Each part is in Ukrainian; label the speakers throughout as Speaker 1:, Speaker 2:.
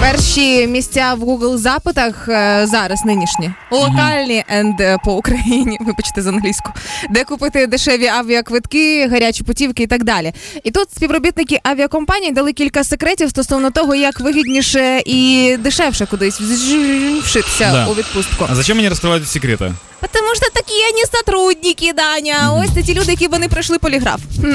Speaker 1: Перші місця в Google запитах е, зараз нинішні локальні енд е, по Україні. Вибачте за англійську, де купити дешеві авіаквитки, гарячі путівки і так далі. І тут співробітники авіакомпаній дали кілька секретів стосовно того, як вигідніше і дешевше кудись вжившитися
Speaker 2: Да.
Speaker 1: у відпустку.
Speaker 2: А зачем мне раскрывать эти секреты?
Speaker 1: Потому что такие они сотрудники, Даня. Ось це ті люди, які вони пройшли поліграф. Хм.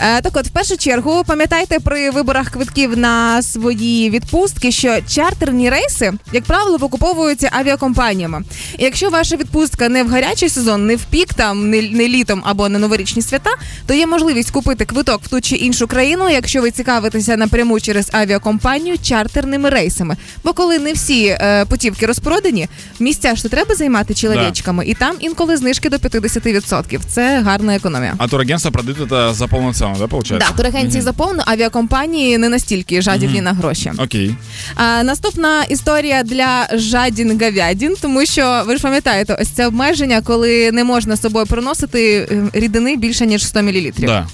Speaker 1: Е, так от, в першу чергу, пам'ятайте при виборах квитків на свої відпустки, що чартерні рейси, як правило, викуповуються авіакомпаніями. І якщо ваша відпустка не в гарячий сезон, не в пік, там не, не літом або на новорічні свята, то є можливість купити квиток в ту чи іншу країну, якщо ви цікавитеся напряму через авіакомпанію чартерними рейсами. Бо коли не всі е, путівки розпродані, місця ж то треба займати чоловічками, і там інколи знижки до 50%. Це гарна економія.
Speaker 2: А турагентство продают это за полную цену, да,
Speaker 1: Да,
Speaker 2: получается?
Speaker 1: турагенції заповно авіакомпанії не настільки жадібні на гроші.
Speaker 2: Окей.
Speaker 1: А, наступна історія для жадін гавядін, тому що ви ж пам'ятаєте, ось це обмеження, коли не можна з собою приносити е, рідини більше ніж 100 мл.
Speaker 2: Да.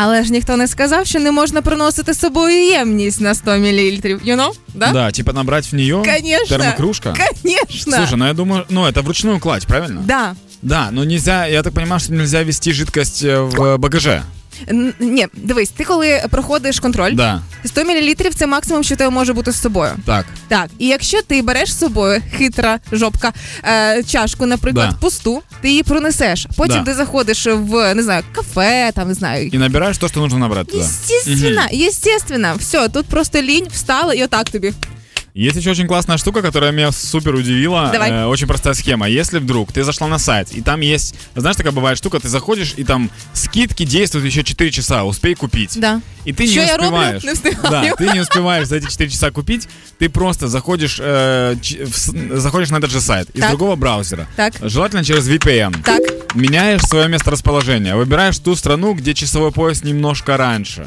Speaker 1: Але ж ніхто не сказав, що не можна приносити з собою ємність на 100 мл. You know? Да?
Speaker 2: Да, типа набрать в нее
Speaker 1: Конечно.
Speaker 2: термокружка.
Speaker 1: Конечно.
Speaker 2: Слушай, ну я думаю, ну это вручную кладь, правильно?
Speaker 1: Да.
Speaker 2: Да, но нельзя, я так понимаю, что нельзя вести жидкость э, в багаже.
Speaker 1: Н- Ні, дивись, ти коли проходиш контроль,
Speaker 2: Да,
Speaker 1: 100 мл це максимум, що тебе може бути з собою.
Speaker 2: так.
Speaker 1: Так, і якщо ти береш з собою хитра жопка е, чашку, наприклад,
Speaker 2: Да.
Speaker 1: пусту, ти її пронесеш. Потім
Speaker 2: Да.
Speaker 1: ти заходиш в не знаю, кафе, там не знаю.
Speaker 2: И набираешь то, что нужно набрать туда.
Speaker 1: Естественно, естественно, все, тут просто лінь, встала і отак тобі.
Speaker 2: Есть еще очень классная штука, которая меня супер удивила.
Speaker 1: Давай.
Speaker 2: Э, очень простая схема. Если вдруг ты зашла на сайт, и там есть, знаешь, такая бывает штука, ты заходишь, и там скидки действуют еще 4 часа, успей купить.
Speaker 1: Да.
Speaker 2: И ты
Speaker 1: Що
Speaker 2: не
Speaker 1: я роблю?
Speaker 2: успеваешь.
Speaker 1: Не встигаю.
Speaker 2: Да, ты не успеваешь за эти 4 часа купить, ты просто заходишь, э, ч- в с- заходишь на этот же сайт из
Speaker 1: Так.
Speaker 2: другого браузера.
Speaker 1: Так.
Speaker 2: Желательно через VPN.
Speaker 1: Так,
Speaker 2: Меняешь свое месторасположение, выбираешь ту страну, где часовой пояс немножко раньше.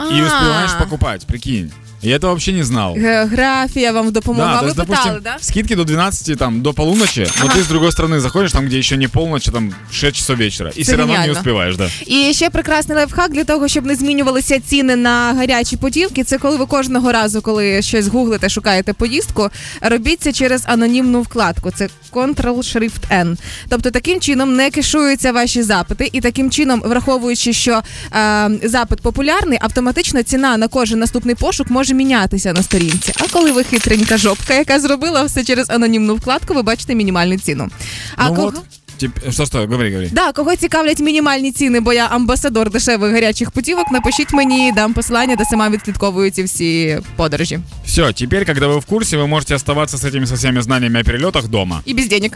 Speaker 2: И успеваешь
Speaker 1: А.
Speaker 2: покупать, прикинь. Я этого вообще не знал.
Speaker 1: Географія вам допомогла.
Speaker 2: то
Speaker 1: Ви
Speaker 2: есть,
Speaker 1: питали,
Speaker 2: допустим,
Speaker 1: да?
Speaker 2: скидки до 12, там, до полуночи, но
Speaker 1: Ага.
Speaker 2: ты с другой стороны заходишь, там, где еще не полночь, а там 6 часов вечера, и все равно не
Speaker 1: гениально.
Speaker 2: успеваешь, да.
Speaker 1: І ще прекрасний лайфхак для того, щоб не змінювалися ціни на гарячі поділки. Це коли ви кожного разу, коли щось гуглите, шукаєте поїздку, робіть це через анонімну вкладку. Це Ctrl шрифт N. Тобто таким чином не кишуються ваші запити, і таким чином, враховуючи, що е, запит популярний, автоматично ціна на кожен наступний пошук може мінятися на сторінці. А коли ви хитренька жопка, яка зробила все через анонімну вкладку, ви бачите мінімальну ціну. А
Speaker 2: ну
Speaker 1: кого-
Speaker 2: вот, тип- что, что, говори, говори.
Speaker 1: Да, кого цікавлять мінімальні ціни, бо я амбасадор дешевих гарячих путівок. Напишіть мені, дам посилання, де сама відслідковую ці всі подорожі.
Speaker 2: Все, теперь, когда вы в курсе, вы можете оставаться с этими со всеми знаниями о перелетах дома.
Speaker 1: І без денег.